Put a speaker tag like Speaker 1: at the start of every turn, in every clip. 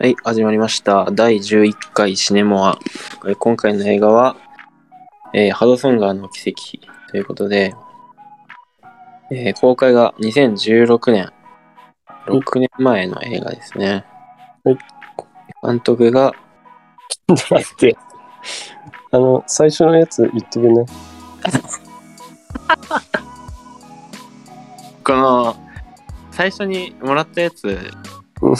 Speaker 1: はい、始まりました。第11回シネモア。えー今回の映画は、えーハドソン川の奇跡ということで、えー公開が2016年、
Speaker 2: お
Speaker 1: 6年前の映画ですね
Speaker 2: お。
Speaker 1: 監督が、
Speaker 2: 待って。あの、最初のやつ言ってくれない
Speaker 1: この、最初にもらったやつ
Speaker 2: うん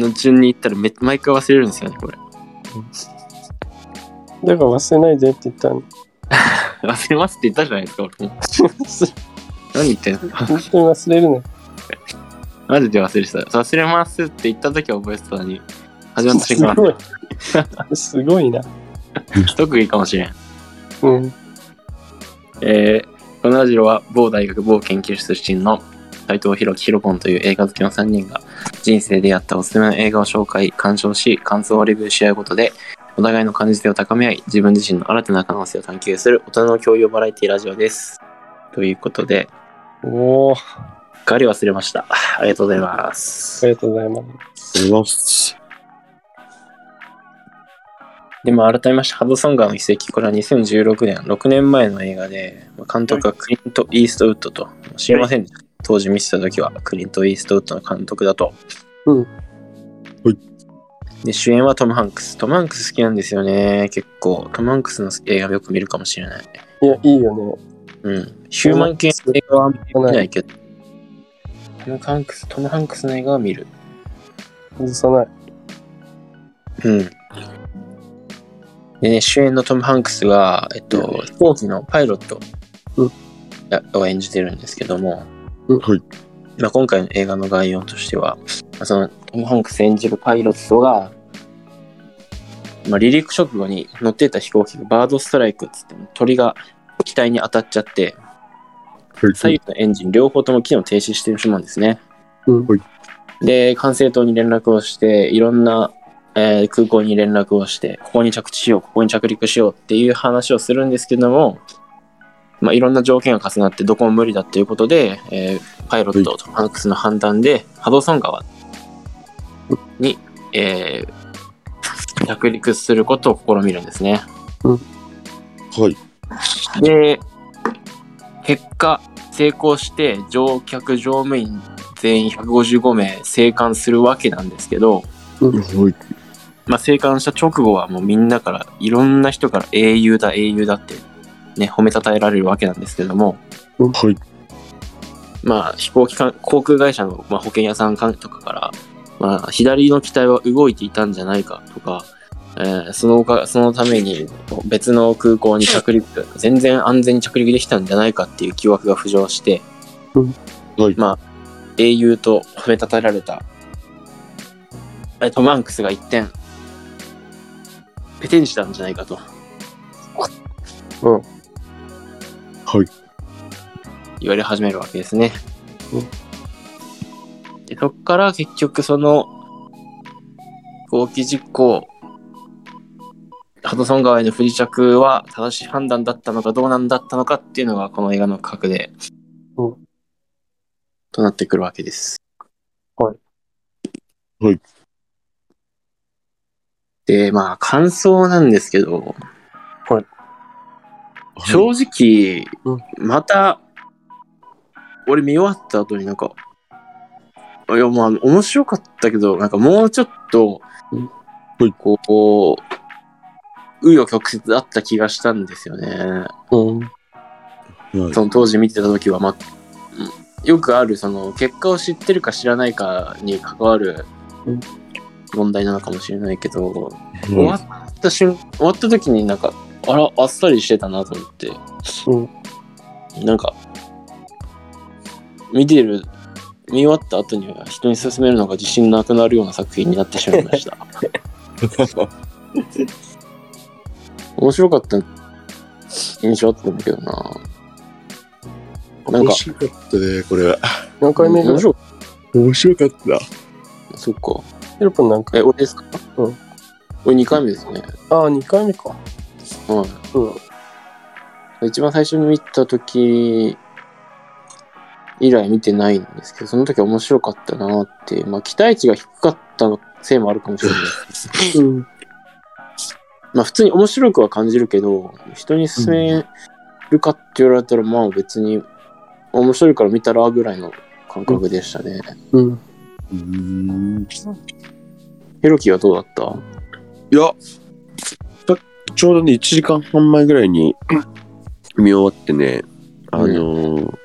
Speaker 1: の順に言ったらめ毎回忘れるんですよね、これ。
Speaker 2: だから忘れないでって言ったの。
Speaker 1: 忘れますって言ったじゃないですか、俺も。
Speaker 2: 本
Speaker 1: 何言ってんの
Speaker 2: 当に忘れるね。
Speaker 1: マジで忘れてた。忘れますって言った時は覚えてたのに、始まった瞬間
Speaker 2: す、ごい。すごいな。
Speaker 1: 特技かもしれん。
Speaker 2: うん。
Speaker 1: えーこのラジオは某大学某研究室出身の斉藤弘樹ひろぽんという映画好きの3人が人生でやったおすすめの映画を紹介鑑賞し感想をレビューし合うことでお互いの感じ性を高め合い自分自身の新たな可能性を探求する大人の教養バラエティラジオですということで
Speaker 2: おお、あ
Speaker 1: ガリ忘れましたありがとうございます
Speaker 2: りがとうございます。
Speaker 1: でも改めましてハドソン川の遺跡これは2016年6年前の映画で監督はクリント・イーストウッドと知りませんでした、当時見てた時はクリント・イーストウッドの監督だと
Speaker 2: うん
Speaker 3: はい
Speaker 1: で主演はトム・ハンクストム・ハンクス好きなんですよね結構トム・ハンクスの映画よく見るかもしれない
Speaker 2: いや、いいよね。
Speaker 1: うんヒューマン系の映画はあんまり見ないけどトム・ハンクストム・ハンクスの映画は見る
Speaker 2: 外さない。
Speaker 1: うん。でね、主演のトム・ハンクスが、えっと、飛行機のパイロット
Speaker 2: うん
Speaker 1: やを演じてるんですけども、
Speaker 2: うん
Speaker 3: はい
Speaker 1: まあ、今回の映画の概要としては、まあそのトム・ハンクス演じるパイロットが、まあ、離陸直後に乗ってた飛行機がバードストライクっつって鳥が機体に当たっちゃって左右のエンジン両方とも機能停止してしまうんですね。
Speaker 2: うん
Speaker 3: はい
Speaker 1: で管制塔に連絡をしていろんな、えー空港に連絡をしてここに着地しようここに着陸しようっていう話をするんですけども、まあ、いろんな条件が重なってどこも無理だっていうことで、えーパイロットとハンクスの判断でハドソン川に、えー着陸することを試みるんですね。
Speaker 3: はい。
Speaker 1: で結果成功して乗客乗務員全員155名生還するわけなんですけど、
Speaker 3: はい。
Speaker 1: まあ、生還した直後はもうみんなからいろんな人から英雄だ英雄だってね褒めたたえられるわけなんですけども、
Speaker 3: はい。
Speaker 1: まあ、飛行機関航空会社の、まあ、保険屋さんかとかから、まあ、左の機体は動いていたんじゃないかとか、えーそのほかそのために別の空港に着陸全然安全に着陸できたんじゃないかっていう疑惑が浮上して、
Speaker 2: うん
Speaker 3: はい
Speaker 1: まあ、英雄と褒めたたえられたえートム・ハンクスが一転ペテンしたんじゃないかと
Speaker 2: うん。
Speaker 3: はい。
Speaker 1: 言われ始めるわけですね
Speaker 2: う。
Speaker 1: でそっから結局その飛行機事故ハドソン川への不時着は正しい判断だったのかどうなんだったのかっていうのがこの映画の核で、
Speaker 2: うん
Speaker 1: となってくるわけです。
Speaker 2: はい。
Speaker 3: はい。
Speaker 1: でまあ感想なんですけど正直、
Speaker 2: うん
Speaker 1: また俺見終わった後になんかいやまあ面白かったけどなんかもうちょっと
Speaker 2: うん
Speaker 3: はい
Speaker 1: こう紆余曲折あった気がしたんですよね
Speaker 2: うん。
Speaker 3: はい。
Speaker 1: その当時見てた時は、まあ、よくあるその結果を知ってるか知らないかに関わる
Speaker 2: うん
Speaker 1: 問題なのかもしれないけど、終わった瞬終わった時になんかあらあっさりしてたなと思ってなんか、見てる、見終わった後には人に勧めるのが自信なくなるような作品になってしまいま した。面白かった印象あったんだけどな。なんか
Speaker 3: 面、白かったね、これは。
Speaker 2: 何回目ぐ
Speaker 1: 面
Speaker 2: らい
Speaker 1: 白か
Speaker 3: 面白かった。
Speaker 1: った。そっか。
Speaker 2: ヒロポン何回
Speaker 1: え、俺ですか
Speaker 2: うん。
Speaker 1: 俺2回目ですね。
Speaker 2: ああ、2回目か。
Speaker 1: は
Speaker 2: うん。
Speaker 1: い。一番最初に見た時以来見てないんですけど、その時は面白かったなって、まあ期待値が低かったせいもあるかもしれないです。まあ普通に面白くは感じるけど、人に勧めるかって言われたら、まあ別に面白いから見たらぐらいの感覚でしたね。
Speaker 2: うん。
Speaker 3: うーん。
Speaker 1: ヒロキはどうだった
Speaker 3: いや、さちょうどね、1時間半前ぐらいに見終わってね、あのー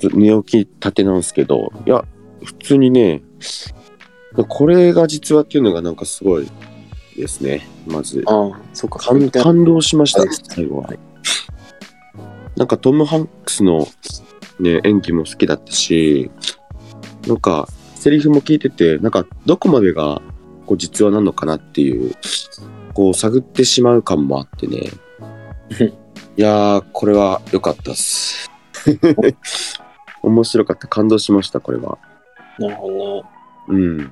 Speaker 3: ず寝起きたてなんですけど、いや、普通にね、これが実話っていうのがなんかすごいですね、まず。
Speaker 1: ああ、そっか、
Speaker 3: 感感動しました、最後は。なんかトム・ハンクスの、ね、演技も好きだったし、なんかセリフも聞いてて、なんかどこまでがこう実話なのかなっていう、こう探ってしまう感もあって ね。いやー、これは良かったっ す。面白かった。感動しました、これは。
Speaker 1: なるほどね。
Speaker 3: うん。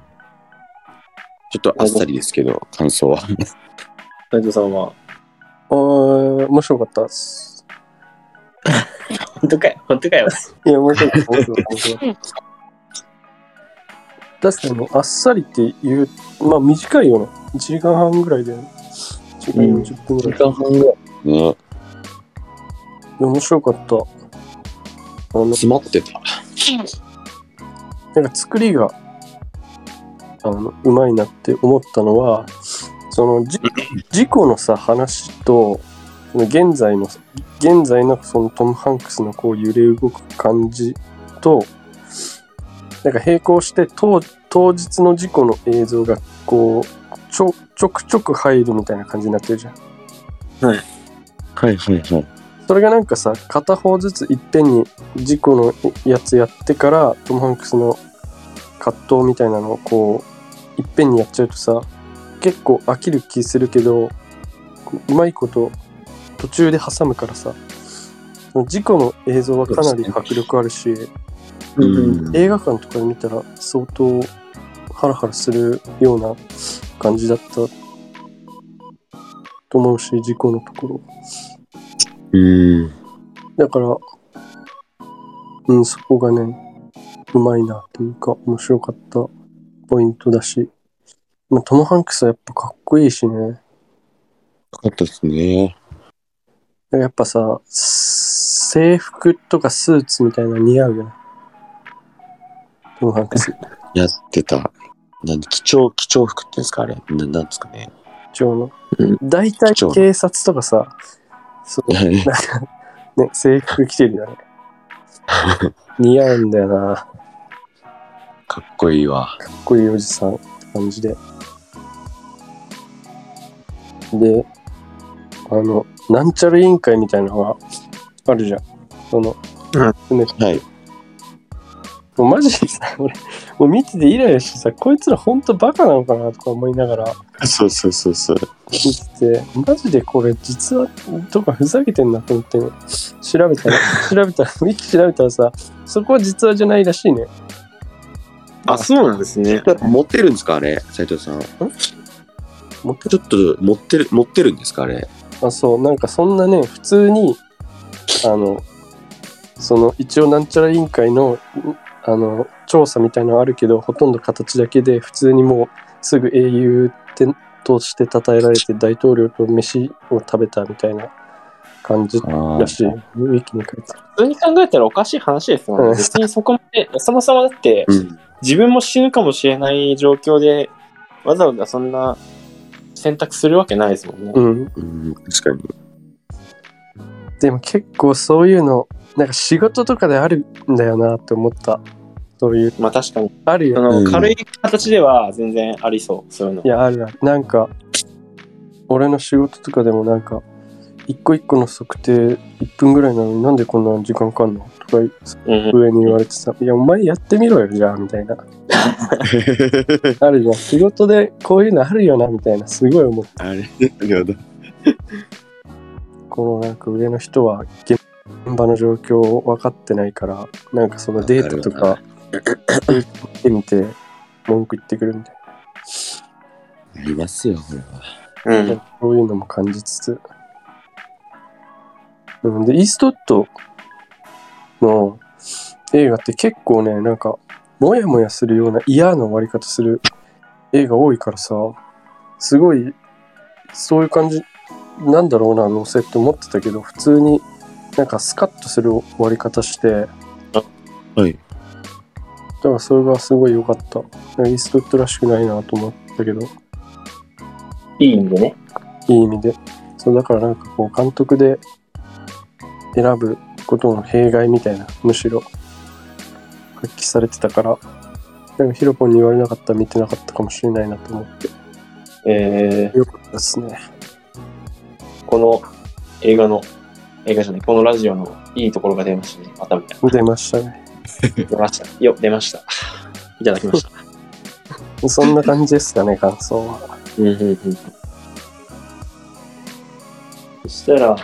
Speaker 3: ちょっとあっさりですけど、感想は。
Speaker 1: 斉藤さんは。
Speaker 2: あー面白かったっす。
Speaker 1: 本当かよ、本当かよ。
Speaker 2: いや、面白かった。面白かった面白かった。確かに、あっさりっていう、まあ短いよね。1時間半ぐらいで、1時間40分ぐらい。
Speaker 3: 半ぐらい。 ね、
Speaker 2: いや面白かった。あの、
Speaker 3: 詰まってた。
Speaker 2: なんか作りが、あの、うまいなって思ったのは、その、じ事故のさ、話と、その現在の、現在のそのトム・ハンクスのこう揺れ動く感じと、なんか並行して当、当日の事故の映像が、こう、ちょ、ちょくちょく入るみたいな感じになってるじゃん。
Speaker 3: はいはいはい。
Speaker 2: それがなんかさ片方ずついっぺんに事故のやつやってからトム・ハンクスの葛藤みたいなのをこういっぺんにやっちゃうとさ結構飽きる気するけどこううまいこと途中で挟むからさその事故の映像はかなり迫力あるし、
Speaker 3: うん
Speaker 2: 映画館とかで見たら相当ハラハラするような感じだったと思うし事故のところ
Speaker 3: うん。
Speaker 2: だから、うん、そこがね、うまいなというか、面白かったポイントだし、まあ、トム・ハンクスはやっぱかっこいいしね、
Speaker 3: かったですね。
Speaker 2: やっぱさ、制服とかスーツみたいなの似合うよね。トム・ハンクス、
Speaker 3: やってた。なん貴重、貴重服っていうんですかあれ。ななんですかね。
Speaker 2: 一応の
Speaker 1: うん。
Speaker 2: 大体
Speaker 3: 貴重な
Speaker 2: 警察とかさ、そう、ね、制服着てるよ ね。似合うんだよな。
Speaker 3: かっこいいわ。
Speaker 2: かっこいいおじさんって感じで。で、あの、なんちゃら委員会みたいなのがあるじゃん。その、ね
Speaker 3: はい。
Speaker 2: もうマジでさ、俺、もう見ててイライラしてさ、こいつらほんとバカなのかなとか思いながら
Speaker 3: そうそうそうそう。
Speaker 2: 見てて、マジでこれ実はとかふざけてんなと思って、調べたら、調べたら、ウィキ調べたらさ、そこは実話じゃないらしいね。
Speaker 1: あ、そうなんですね。
Speaker 3: 持ってるんですかあれ、斉藤さん。
Speaker 2: 持って
Speaker 3: ちょっと持ってる、持ってるんですかあれ。
Speaker 2: あそうなんかそんなね普通にあのその一応なんちゃら委員会のうあの調査みたいのはあるけどほとんど形だけで普通にもうすぐ英雄ってとして称えられて大統領と飯を食べたみたいな感じ
Speaker 3: あ
Speaker 2: らしいウィキに書いてある
Speaker 1: 普通に考えたらおかしい話ですもん
Speaker 2: う
Speaker 1: ね。
Speaker 2: ん
Speaker 1: 別にそこまで、そもそもだって、
Speaker 3: うん。
Speaker 1: 自分も死ぬかもしれない状況で、わざわざそんな選択するわけないですもんね。
Speaker 2: うん
Speaker 3: うん、確かに。
Speaker 2: でも結構そういうのなんか仕事とかであるんだよなって思ったそういう
Speaker 1: まあ確かに、
Speaker 2: あるよ
Speaker 1: あの、
Speaker 3: うん
Speaker 1: 軽い形では全然ありそう、そういうの。
Speaker 2: いやあるあるなんか俺の仕事とかでもなんか一個一個の測定1分ぐらいなのになんでこんな時間かかんのとか
Speaker 1: うん、
Speaker 2: 上に言われてさ「いやお前やってみろよじゃあ」み たいなあるじゃん仕事でこういうのあるよなみたいなすごい思う
Speaker 3: あれ、やだ。
Speaker 2: このなんか上の人は現場の状況を分かってないからなんかそのデータと
Speaker 3: わ
Speaker 2: か見てみて文句言ってくるみたい
Speaker 3: ありますよ、これは。
Speaker 1: う。
Speaker 2: なんかそういうのも感じつつうんでイーストウッドの映画って結構ね、なんか、もやもやするような嫌な終わり方する映画多いからさ、すごい、そういう感じ、なんだろうな、どうせって思ってたけど、普通になんかスカッとする終わり方して、
Speaker 3: はい。
Speaker 2: だからそれがすごい良かった。なんかイーストウッドらしくないなと思ったけど、
Speaker 1: いい意味でね。
Speaker 2: いい意味で。そうだからなんかこう監督で選ぶことの弊害みたいな、むしろ発揮されてたから、でもヒロポンに言われなかったら見てなかったかもしれないなと思って、
Speaker 1: えー、
Speaker 2: よかったですね。
Speaker 1: この映画の、映画じゃない、このラジオのいいところが出ましたね。またみたい
Speaker 2: 出ましたね。
Speaker 1: な。出ました。よ、出ました。いただきました。
Speaker 2: そんな感じですかね、感想は。
Speaker 1: うんうんうん。そしたら、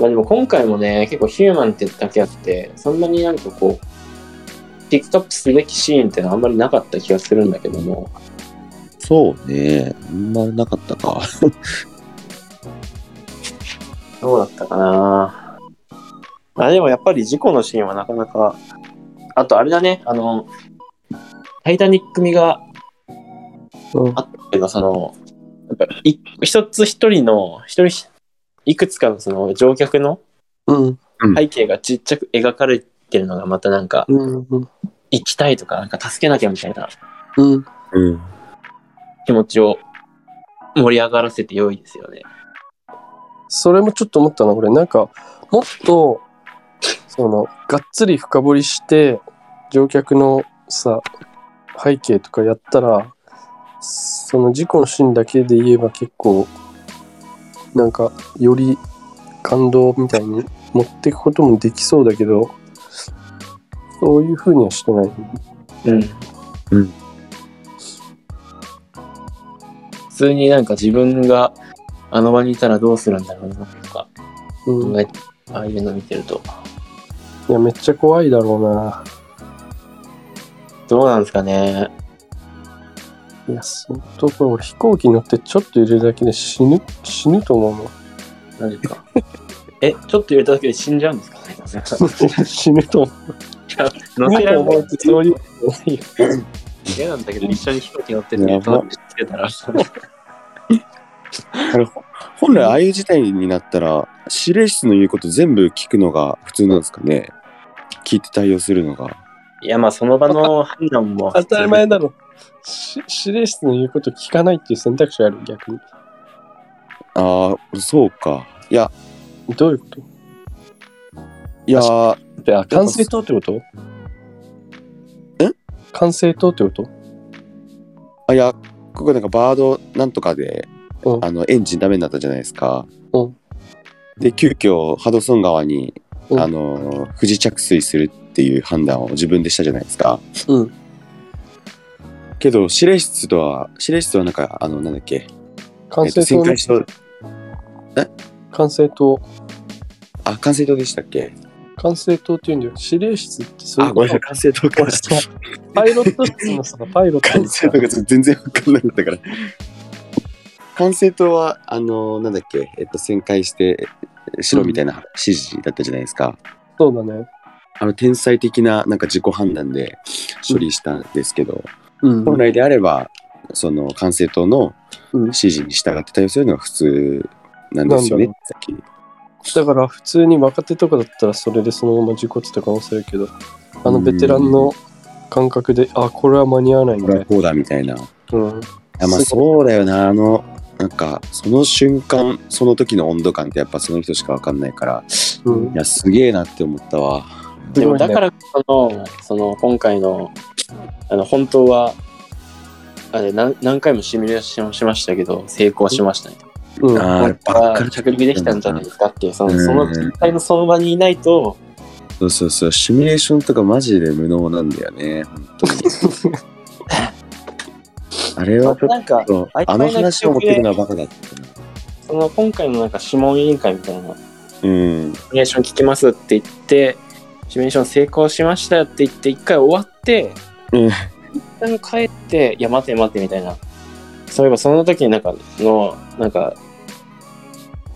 Speaker 1: まあでも今回もね、結構ヒューマンってだけあって、そんなになんかこう、ピックアップすべきシーンってのはあんまりなかった気がするんだけども、
Speaker 3: そうね。あんまなかったか。
Speaker 1: どうだったかなあ、でもやっぱり事故のシーンはなかなか。あとあれだね、あの、タイタニック味が
Speaker 2: うん
Speaker 1: あったけど、その、やっぱい一つ一人の、一人ひいくつかのその乗客の
Speaker 2: うん。
Speaker 1: 背景がちっちゃく描かれてるのがまたなんか、
Speaker 2: うん。うん。
Speaker 1: 行きたいとか、なんか助けなきゃみたいな
Speaker 2: うん。
Speaker 3: うん。
Speaker 1: 気持ちを盛り上がらせて良いですよね。
Speaker 2: それもちょっと思ったな、俺。なんか、もっと、その、がっつり深掘りして、乗客のさ、背景とかやったら、その事故のシーンだけで言えば結構、なんか、より感動みたいに持っていくこともできそうだけど、そういう風にはしてない。
Speaker 1: うん。
Speaker 3: うん
Speaker 1: 普通になんか自分があの場にいたらどうするんだろうなとか
Speaker 2: うん。
Speaker 1: 考えて、ああいうの見てると。
Speaker 2: いや、めっちゃ怖いだろうな。
Speaker 1: どうなんですかね。
Speaker 2: いや、相当これ俺飛行機乗ってちょっと揺れるだけで死ぬ、死ぬと思うの。
Speaker 1: 何ですか。 え、ちょっと入れただけで死んじゃうんですかね。
Speaker 2: 死ぬと思う。
Speaker 1: 乗せられない
Speaker 2: てつもり。
Speaker 1: 嫌なんだけど、一緒に飛行機乗ってて、ね、トラックつけたら。
Speaker 3: 本来ああいう事態になったら、指令室の言うこと全部聞くのが普通なんですかね。聞いて対応するのが。
Speaker 1: いや、まあその場の判断も。
Speaker 2: 当たり前だろ。し指令室の言うこと聞かないっていう選択肢ある逆に。
Speaker 3: ああ、そうか。いや、
Speaker 2: どういうこと
Speaker 3: いやー、
Speaker 2: であ、管制塔ってこと
Speaker 3: え
Speaker 2: 管制塔ってこと
Speaker 3: あいやここなんかバードなんとかで、
Speaker 2: うん
Speaker 3: あのエンジンダメになったじゃないですか。
Speaker 2: うん
Speaker 3: で急遽ハドソン川に、
Speaker 2: うん
Speaker 3: あの不時着水するっていう判断を自分でしたじゃないですか。
Speaker 2: うん
Speaker 3: けど指令室とは指令室はなんかあのなんだっけ、え
Speaker 2: 管
Speaker 3: っと、
Speaker 2: 制塔
Speaker 3: 旋
Speaker 2: の
Speaker 3: 回しと
Speaker 2: 管制塔。
Speaker 3: あ管制塔でしたっけ
Speaker 2: 管制塔っていうんだよ。指令室ってそうい
Speaker 3: あ
Speaker 2: う
Speaker 3: ご
Speaker 2: こ
Speaker 3: めん
Speaker 2: と
Speaker 3: なさい管制塔か
Speaker 2: 俺さ パイロット室のさ、パイロット
Speaker 3: 管
Speaker 2: の
Speaker 3: 制
Speaker 2: さ
Speaker 3: 塔が全然分かんなかったから。管制塔はあのなんだっけえっと旋回してしろみたいな指示だったじゃないですか。
Speaker 2: そうだね。
Speaker 3: あの天才的ななんか自己判断で処理したんですけど、
Speaker 2: うん
Speaker 3: 本来であればその管制塔の
Speaker 2: うん
Speaker 3: 指示に従って対応するのが普通なんですよね
Speaker 2: なん
Speaker 3: さっき
Speaker 2: だから普通に若手とかだったらそれでそのまま事故ってた可能性あるけどあのベテランの感覚であこれは間に合わないん
Speaker 3: これ
Speaker 2: だ
Speaker 3: は、こうだみたいな、
Speaker 2: うん、
Speaker 3: あまあ
Speaker 2: すご
Speaker 3: そうだよなあのなんかその瞬間その時の温度感ってやっぱその人しかわかんないから
Speaker 2: うん
Speaker 3: いやすげえなって思ったわ
Speaker 1: でもだからこの、その今回の、あの、本当は、あれ何何回もシミュレーションしましたけど、成功しましたね。
Speaker 2: うん
Speaker 3: あー
Speaker 1: 本当
Speaker 3: ばっか
Speaker 1: は
Speaker 3: り
Speaker 1: 着陸できたんじゃないですかっていう、その、
Speaker 3: うん
Speaker 1: その実際のその場にいないと、
Speaker 3: そうそうそうシミュレーションとかマジで無能なんだよね本当 にあれはちょっ
Speaker 1: なんか、
Speaker 3: と
Speaker 1: 曖昧な
Speaker 3: あの話を持ってくのはバカだったな
Speaker 1: その今回のなんか諮問委員会みたいな、シミ
Speaker 3: うん
Speaker 1: ュレーション聞きますって言って、シミュレーション成功しましたって言って、一回終わって、
Speaker 3: うん
Speaker 1: 一旦帰って、いや、待て待てみたいな。そういえばその時になんかの、なんか、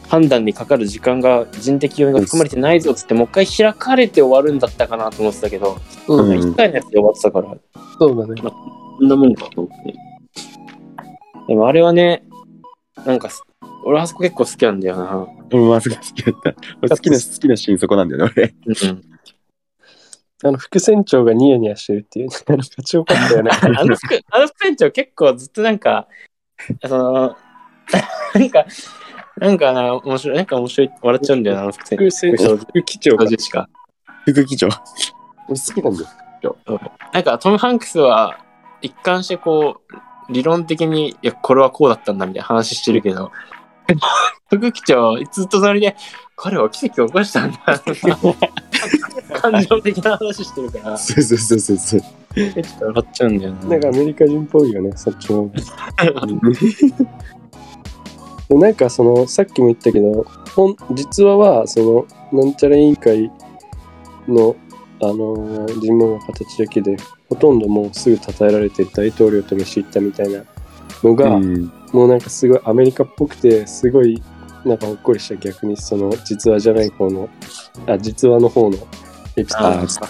Speaker 1: 判断にかかる時間が人的要因が含まれてないぞっつってもう一回開かれて終わるんだったかなと思ってたけど
Speaker 2: うん、
Speaker 3: うん
Speaker 1: 一回のやつで終わってたから
Speaker 2: そうだね。
Speaker 1: こんなもんかと思ってでもあれはねなんかす俺あそこ結構好きなんだよな
Speaker 3: うん、まずが好きだった。俺好きな、好きなシーンそこなんだよね、俺。
Speaker 1: うん
Speaker 2: あの、副船長がニヤニヤしてるっていう、 ね、あのかちよかったよね。
Speaker 1: あの副あの副船長結構ずっとなんか、その、 なんか、なんかな、面白い、なんか面白い、笑っちゃうんだよな、あの副船
Speaker 2: 副船長、副機長
Speaker 1: 長
Speaker 2: が。
Speaker 1: ジェシカ。
Speaker 3: 副議長。
Speaker 2: 俺好きなんだよ。
Speaker 1: なんかトム・ハンクスは一貫してこう、理論的に、いや、これはこうだったんだみたいな話してるけど、副機長、ずっとそれで、彼は奇跡を起こしたんだ。感情的な話してるから、ち
Speaker 3: そうそうそうそうそ
Speaker 1: ょ
Speaker 3: う。
Speaker 1: っと笑っちゃうんだよな。
Speaker 2: なんかアメリカ人っぽいよね、そっちの方が。
Speaker 3: う
Speaker 2: でなんかそのさっきも言ったけど本実話はそのなんちゃら委員会の、あのー尋問の形だけでほとんどもうすぐ称えられて大統領と飯行ったみたいなのが、
Speaker 3: ん。
Speaker 2: もうなんかすごいアメリカっぽくてすごいなんかほっこりした逆にその実話じゃない方のあ実話の方のエピソード
Speaker 3: ああ、ちょっ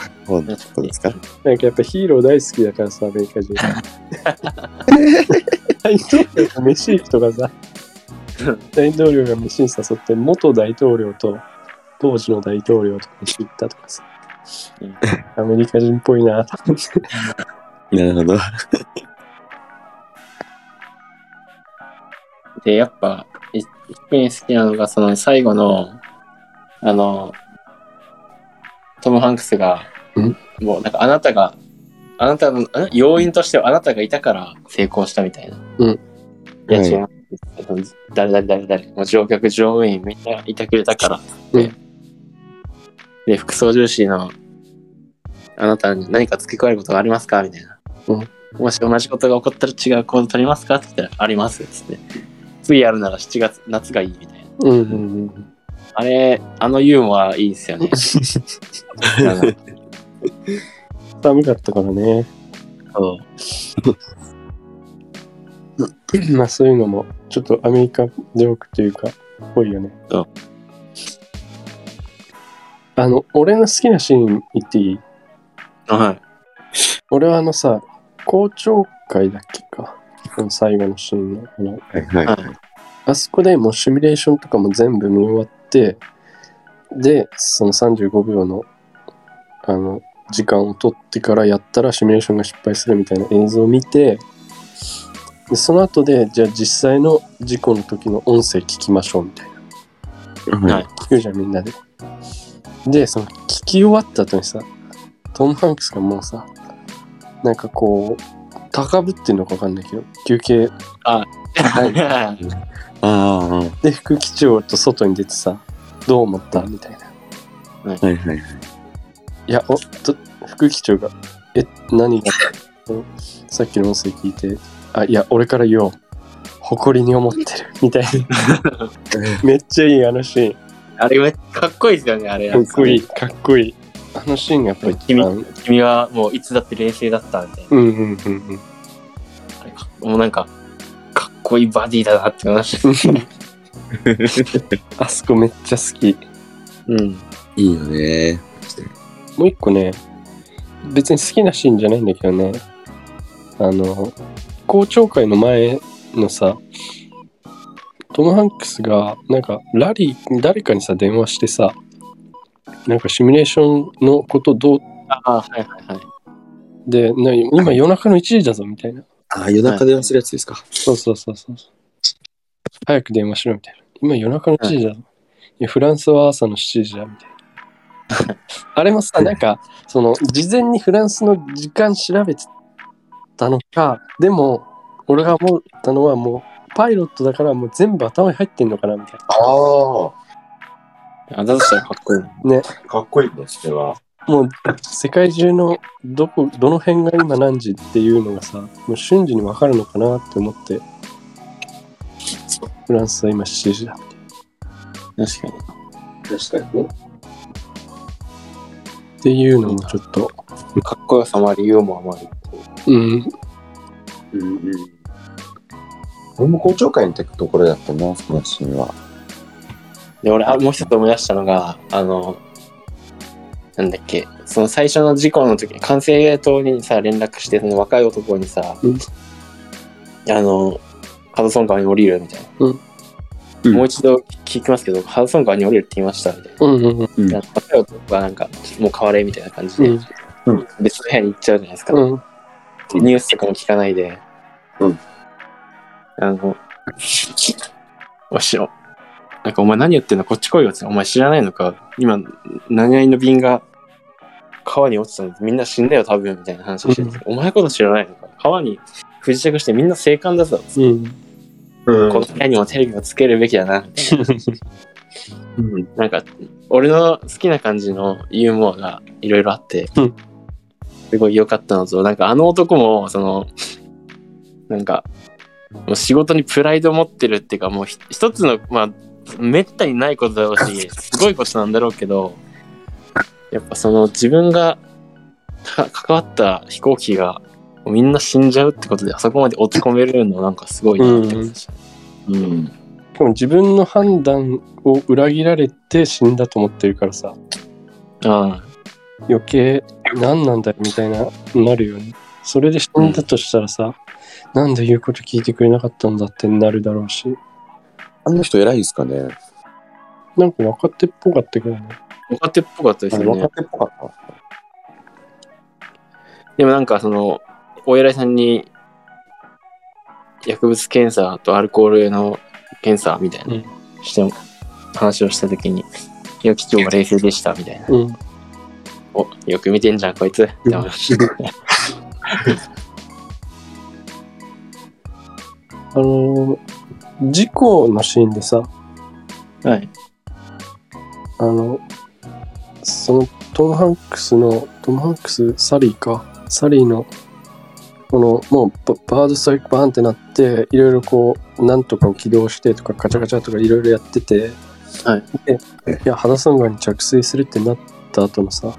Speaker 3: と、そうですか。
Speaker 2: なんかやっぱヒーロー大好きだからさアメリカ人大統領が飯行くとかさ
Speaker 1: うん
Speaker 2: 大統領が飯に誘って元大統領と当時の大統領と飯行ったとかさ
Speaker 1: うん
Speaker 2: アメリカ人っぽいなと思って
Speaker 3: なるほど。
Speaker 1: で、やっぱ、い一品好きなのが、その最後の、あの、トム・ハンクスが
Speaker 2: ん、
Speaker 1: もうなんかあなたが、あなたの、ん要因としてはあなたがいたから成功したみたいな。
Speaker 2: うん。
Speaker 1: いや、
Speaker 3: はい
Speaker 1: 違う。誰誰誰誰もう乗客乗務員みんないてくれたからって、
Speaker 2: うん
Speaker 1: で副操縦士のあなたに何か付け加えることがありますかみたいな、
Speaker 2: うん
Speaker 1: もし同じことが起こったら違う行動取りますかって言ったらありますっつって次やるなら7月夏がいいみたいな
Speaker 2: うんうんうん
Speaker 1: あれあのユーモアいいです よねあの
Speaker 2: 寒かったからね
Speaker 1: そう
Speaker 2: まあそういうのもちょっとアメリカジョークというかっぽいよね
Speaker 1: うん
Speaker 2: あの俺の好きなシーン言っていい
Speaker 1: はい
Speaker 2: 俺はあのさ公聴会だっけかこの最後のシーンのあの
Speaker 3: はいはい。
Speaker 2: あそこでもうシミュレーションとかも全部見終わってでその35秒のあの時間を取ってからやったらシミュレーションが失敗するみたいな映像を見てでその後でじゃあ実際の事故の時の音声聞きましょうみたいな
Speaker 1: はい
Speaker 2: 言うじゃんみんなででその聞き終わった後にさトム・ハンクスがもうさなんかこう高ぶってんのか分かんないけど休憩
Speaker 1: は
Speaker 3: ああ、は
Speaker 2: で副機長と外に出てさどう思ったみたいない
Speaker 3: はいはい。
Speaker 2: いやおと副機長が「え何が? と」さっきの音声聞いて「あいや俺から言おう誇りに思ってる」 みたいな めっちゃいいあのシーン
Speaker 1: あれめっかっこいいですよねあれ
Speaker 2: かっこいいかっこいいあのシーンがやっぱり一
Speaker 1: 君
Speaker 2: 番
Speaker 1: 君はもういつだって冷静だったみたいな
Speaker 2: うんうんうん
Speaker 1: あれかもうなんかかっこいいバディだなって思いました
Speaker 2: うんあそこめっちゃ好き
Speaker 1: うん
Speaker 3: いいよね。
Speaker 2: もう一個ね別に好きなシーンじゃないんだけどねあの公聴会の前のさトム・ハンクスがなんかラリー誰かにさ電話してさなんかシミュレーションのことどう
Speaker 1: ああはいはいはい
Speaker 2: でな今夜中の1時だぞみたいな
Speaker 3: ああ、夜中電話するやつですか。
Speaker 2: そうそうそうそう早く電話しろみたいな今夜中の1時だぞ、いやフランスは朝の7時だみたいなあれもさなんかその事前にフランスの時間調べてたのかでも俺が思ったのはもうパイロットだからもう全部頭に入ってんのかなみたい
Speaker 3: ああ、
Speaker 1: あだとしたらかっこいいな
Speaker 3: かっこいいね、それ
Speaker 2: な
Speaker 3: は。
Speaker 2: もう世界中のどこどの辺が今何時っていうのがさもう瞬時に分かるのかなって思ってフランスは今7時だ
Speaker 1: 確かに
Speaker 3: 確かにね。
Speaker 2: っていうのもちょっと
Speaker 1: かっこよさもありユーモアもありっていう
Speaker 2: うん
Speaker 3: うんうん。俺も公聴会のところだったな、そのシーンは。
Speaker 1: で、俺、あもう一つ思い出したのが、あの、なんだっけ、その最初の事故の時に、管制塔にさ、連絡して、その若い男にさ、
Speaker 2: うん
Speaker 1: あの、ハドソン川に降りるみたいな。
Speaker 2: うん
Speaker 3: うん
Speaker 1: もう一度聞きますけど、ハドソン川に降りるって言いましたみたいな。
Speaker 2: うんうんうん
Speaker 3: うん
Speaker 1: なんか若い男がなんか、もう変われみたいな感じ
Speaker 2: う
Speaker 1: で、
Speaker 2: ん
Speaker 1: 別の部屋に行っちゃうじゃないですか。
Speaker 2: うん
Speaker 1: ニュースとかも聞かないで、
Speaker 3: うん。
Speaker 1: あの、おしろ。なんかお前何言ってんのこっち来いよって。お前知らないのか今、何々の瓶が川に落ちたのみんな死んだよ多分みたいな話をしてて、お前のこと知らないのか川に不時着してみんな生還だぞ。
Speaker 2: うん
Speaker 3: う
Speaker 1: この部屋にもテレビをつけるべきだな。
Speaker 3: うん
Speaker 1: なんか、俺の好きな感じのユーモアがいろいろあって、
Speaker 2: うん
Speaker 1: すごい良かったのと、なんかあの男も、その、なんか、もう仕事にプライドを持ってるっていうか、もうひ一つの、まあ、めったにないことだろうし、すごいことなんだろうけど、やっぱその自分がか関わった飛行機が、もうみんな死んじゃうってことで、あそこまで落ち込めるのなんかすごいなって思いました。
Speaker 3: うん
Speaker 2: しかも自分の判断を裏切られて死んだと思ってるからさ
Speaker 1: あ
Speaker 2: 余計何なんだよみたいななるよねそれで死んだとしたらさ、なんで言うこと聞いてくれなかったんだってなるだろうし
Speaker 3: あの人偉いですかね
Speaker 2: なんか若手っぽかったけどね
Speaker 1: あ、若手っぽかったですよね。
Speaker 3: 若手っぽかった
Speaker 1: でもなんかそのお偉いさんに薬物検査とアルコールの検査みたいな、
Speaker 2: うん
Speaker 1: して話をした時に「いや機長が冷静でした」みたいな
Speaker 2: うん
Speaker 1: 「およく見てんじゃんこいつ」って思いました
Speaker 2: あのー事故のシーンでさ
Speaker 1: はい
Speaker 2: あのそのトム・ハンクスのトム・ハンクスサリーかサリーのこのもうババードストライクバーンってなっていろいろこうなんとかを起動してとかガチャガチャとかいろいろやってて、
Speaker 1: はい
Speaker 2: でいや肌ソンガに着水するってなった後のさ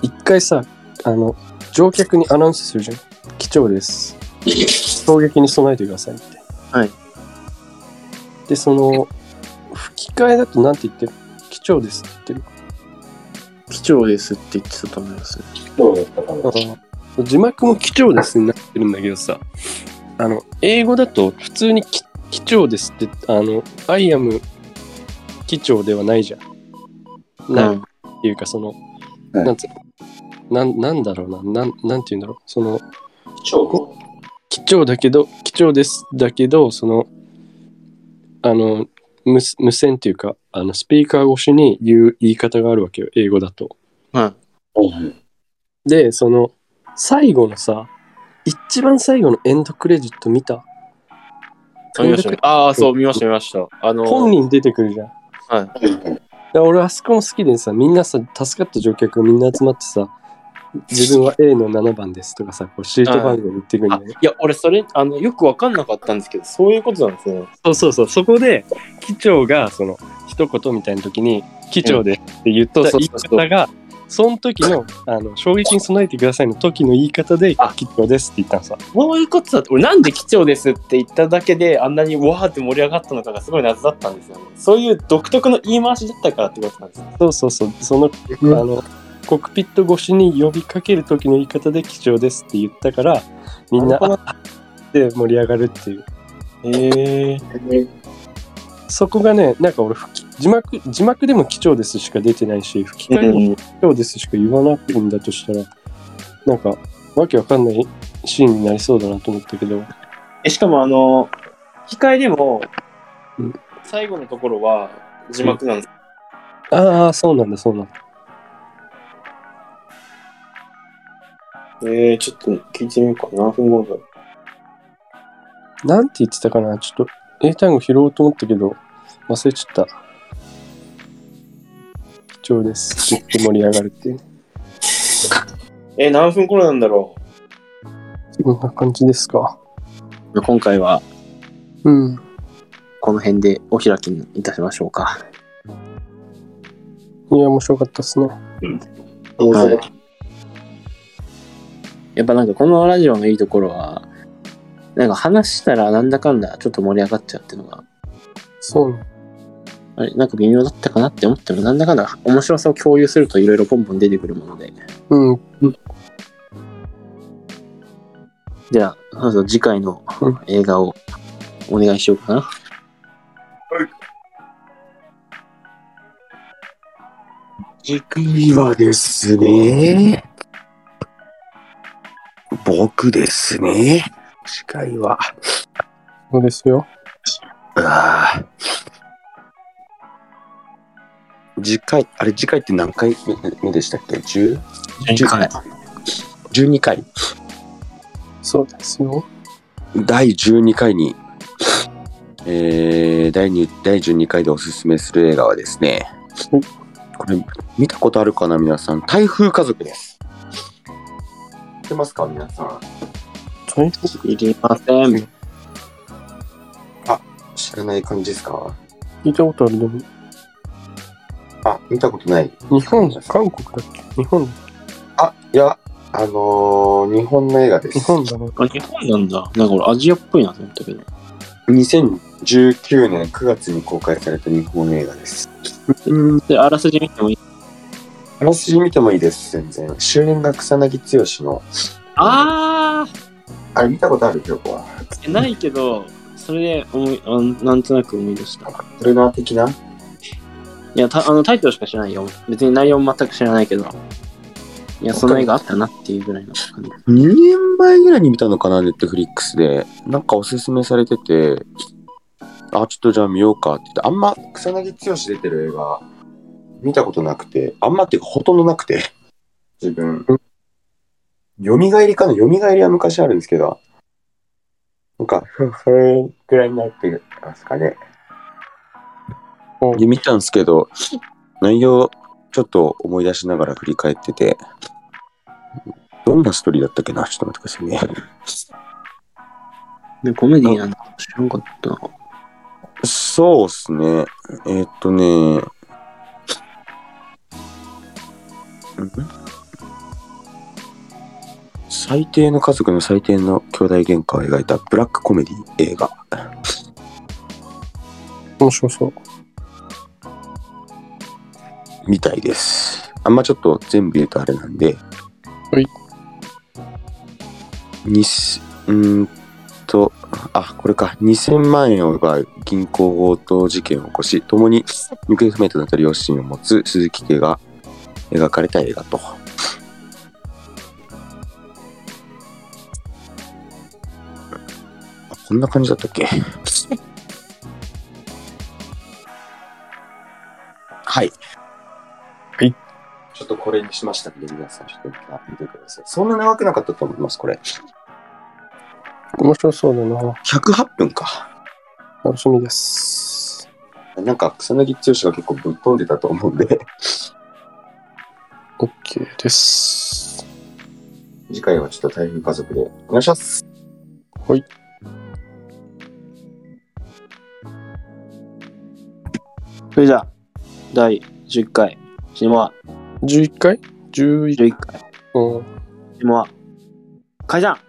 Speaker 2: 一回さあの乗客にアナウンスするじゃん「機長です」衝撃に備えてくださいって。
Speaker 1: はい。
Speaker 2: で、その、吹き替えだとなんて言ってる機長ですって言っ
Speaker 1: 「機長です」って言ってたと思います
Speaker 2: てる。字幕も機長ですになってるんだけどさ、あの、英語だと普通にき機長ですって、あの、I am 機長ではないじゃん。
Speaker 1: う
Speaker 2: なん
Speaker 1: ん
Speaker 2: っていうか、その、
Speaker 3: はい
Speaker 2: なんつうなん、なんだろうな、なん、なんて言うんだろう。その、
Speaker 3: 超
Speaker 2: 貴重だけど貴重ですだけどそのあの無無線っていうかあのスピーカー越しに言う言い方があるわけよ英語だと。
Speaker 1: はい
Speaker 2: でその最後のさ一番最後のエンドクレジット見た
Speaker 1: あ見ましたねああそう見ました見ましたあの
Speaker 2: 本人出てくるじゃん。
Speaker 1: はい
Speaker 2: で俺あそこも好きでさみんなさ助かった乗客がみんな集まってさ自分は A の7番ですとかさこうシート番号言ってくるんだ
Speaker 1: あ
Speaker 2: よね。
Speaker 1: いや俺それあのよく分かんなかったんですけどそういうことなんですね
Speaker 2: そうそうそう、そこで、機長が、その、一言みたいな時に、機長でって言った
Speaker 1: そうそ
Speaker 2: 言
Speaker 1: う
Speaker 2: い
Speaker 1: そうそう
Speaker 2: 方が、その時の、あの、衝撃に備えてくださいの時の言い方で、
Speaker 1: あ
Speaker 2: 機長ですって言ったのさ。
Speaker 1: そういうことだって俺なんで貴重ですって言っただけであんなにわーって盛り上がったのかがすごい謎だったんですよねそういう独特の言い回しだったからってことなんですね
Speaker 2: そうそうそう、その、
Speaker 3: うん
Speaker 2: あの、コックピット越しに呼びかける時の言い方で、機長ですって言ったから、みん
Speaker 1: なる
Speaker 2: な、
Speaker 1: ほど
Speaker 2: あって盛り上がるっていう。
Speaker 1: へえ
Speaker 2: そこがね、なんか俺、吹き字幕、字幕でも機長ですしか出てないし、吹き替えでも今日ですしか言わなくてんだとしたらなんかわけわかんないシーンになりそうだなと思ったけど
Speaker 1: えしかもあの吹き替えでも
Speaker 2: うん
Speaker 1: 最後のところは字幕なんです、
Speaker 2: ああそうなんだそうなんだ
Speaker 1: えー、ちょっと聞いてみようか何分後だ
Speaker 2: なんて言ってたかなちょっと英単語拾おうと思ったけど忘れちゃった貴重ですめっちゃ盛り上がるっていう
Speaker 1: えー、何分頃なんだろ
Speaker 2: そんな感じですか
Speaker 1: う今回は
Speaker 2: うん
Speaker 1: この辺でお開きにいたしましょうか
Speaker 2: いや面白かったっすね
Speaker 1: はいやっぱなんかこのラジオのいいところはなんか話したらなんだかんだちょっと盛り上がっちゃうっていうのが
Speaker 2: そうね
Speaker 4: あれ、なんか微妙だったかなって思っても、なんだかんだ面白さを共有するといろいろポンポン出てくるもので。
Speaker 2: うん。
Speaker 4: じゃあ、まず次回の
Speaker 2: うん
Speaker 4: 映画をお願いしようかな。
Speaker 3: 次回はですね、僕ですね。次回は、
Speaker 2: そうですよ。
Speaker 3: あー次回、あれ次回って何回目でしたっけ ?10?
Speaker 4: 12回。
Speaker 3: 12回。
Speaker 2: そうですよ。
Speaker 3: 第12回に、えー、第2第12回でおすすめする映画はですね
Speaker 2: うん、
Speaker 3: これ見たことあるかな皆さん。台風家族です。知ってますか皆さん。
Speaker 2: 台風
Speaker 4: いりません。
Speaker 3: 知らない感じですか
Speaker 2: 聞いたことあるでも、
Speaker 3: あ、見たことない。
Speaker 2: 日本、韓国だっけ日本、
Speaker 3: あ、いや、あのー日本の映画で
Speaker 2: 日
Speaker 3: す。
Speaker 2: 本だね。
Speaker 4: あ、日本なんだ。なんか俺アジアっぽいなと思ったけど。
Speaker 3: 2019年9月に公開された日本映画です。うん、
Speaker 4: で、あらすじ見てもいい
Speaker 3: あらすじ見てもいいです、全然。主演が草薙剛の。
Speaker 4: あ
Speaker 3: あれ見たことある今日は。
Speaker 4: ーないけど、それで思いあなんとなく思い出した。
Speaker 3: トレーナー的ない
Speaker 4: や、たあのタイトルしか知らないよ。別に内容も全く知らないけど。いや、その映画あったなっていうぐらいの感じ。
Speaker 3: 2年前ぐらいに見たのかな、ネットフリックスで。なんかおすすめされてて、あ、ちょっとじゃあ見ようかって言って、あんま草薙剛出てる映画、見たことなくて、あんまっていうかほとんどなくて、 自分。蘇りかな蘇りは昔あるんですけど、なんか、そそれぐらいになってますかね。で、見たんですけど、内容、ちょっと思い出しながら振り返ってて、どんなストーリーだったっけなちょっと待ってくださいね。
Speaker 4: で、コメディーなんだ。知らんかったな。
Speaker 3: そうっすね。えーっとね。ん最低の家族の最低の兄弟喧嘩を描いたブラックコメディ映画。
Speaker 2: 面白そう。
Speaker 3: みたいです。あんまちょっと全部言うとあれなんで。
Speaker 2: はい。
Speaker 3: にし、うーんと、あ、これか。2000万円を奪う銀行強盗事件を起こし、共に行方不明となった両親を持つ鈴木家が描かれた映画と。あこんな感じだった っけはい。ちょっとこれにしましたので、皆さん、ちょっと見てください。そんな長くなかったと思います、これ。
Speaker 2: 面白そうだな。
Speaker 3: 108分か。
Speaker 2: 楽しみです。
Speaker 3: なんか、草薙剛が結構ぶっ飛んでたと思うんで、
Speaker 2: OK です。
Speaker 3: 次回はちょっと台風家族でお願いします。
Speaker 2: はい。
Speaker 4: それじゃあ、第10回、シネマは
Speaker 2: 11回 ?11
Speaker 4: 11回、
Speaker 2: うん。
Speaker 4: シネマは、会じゃん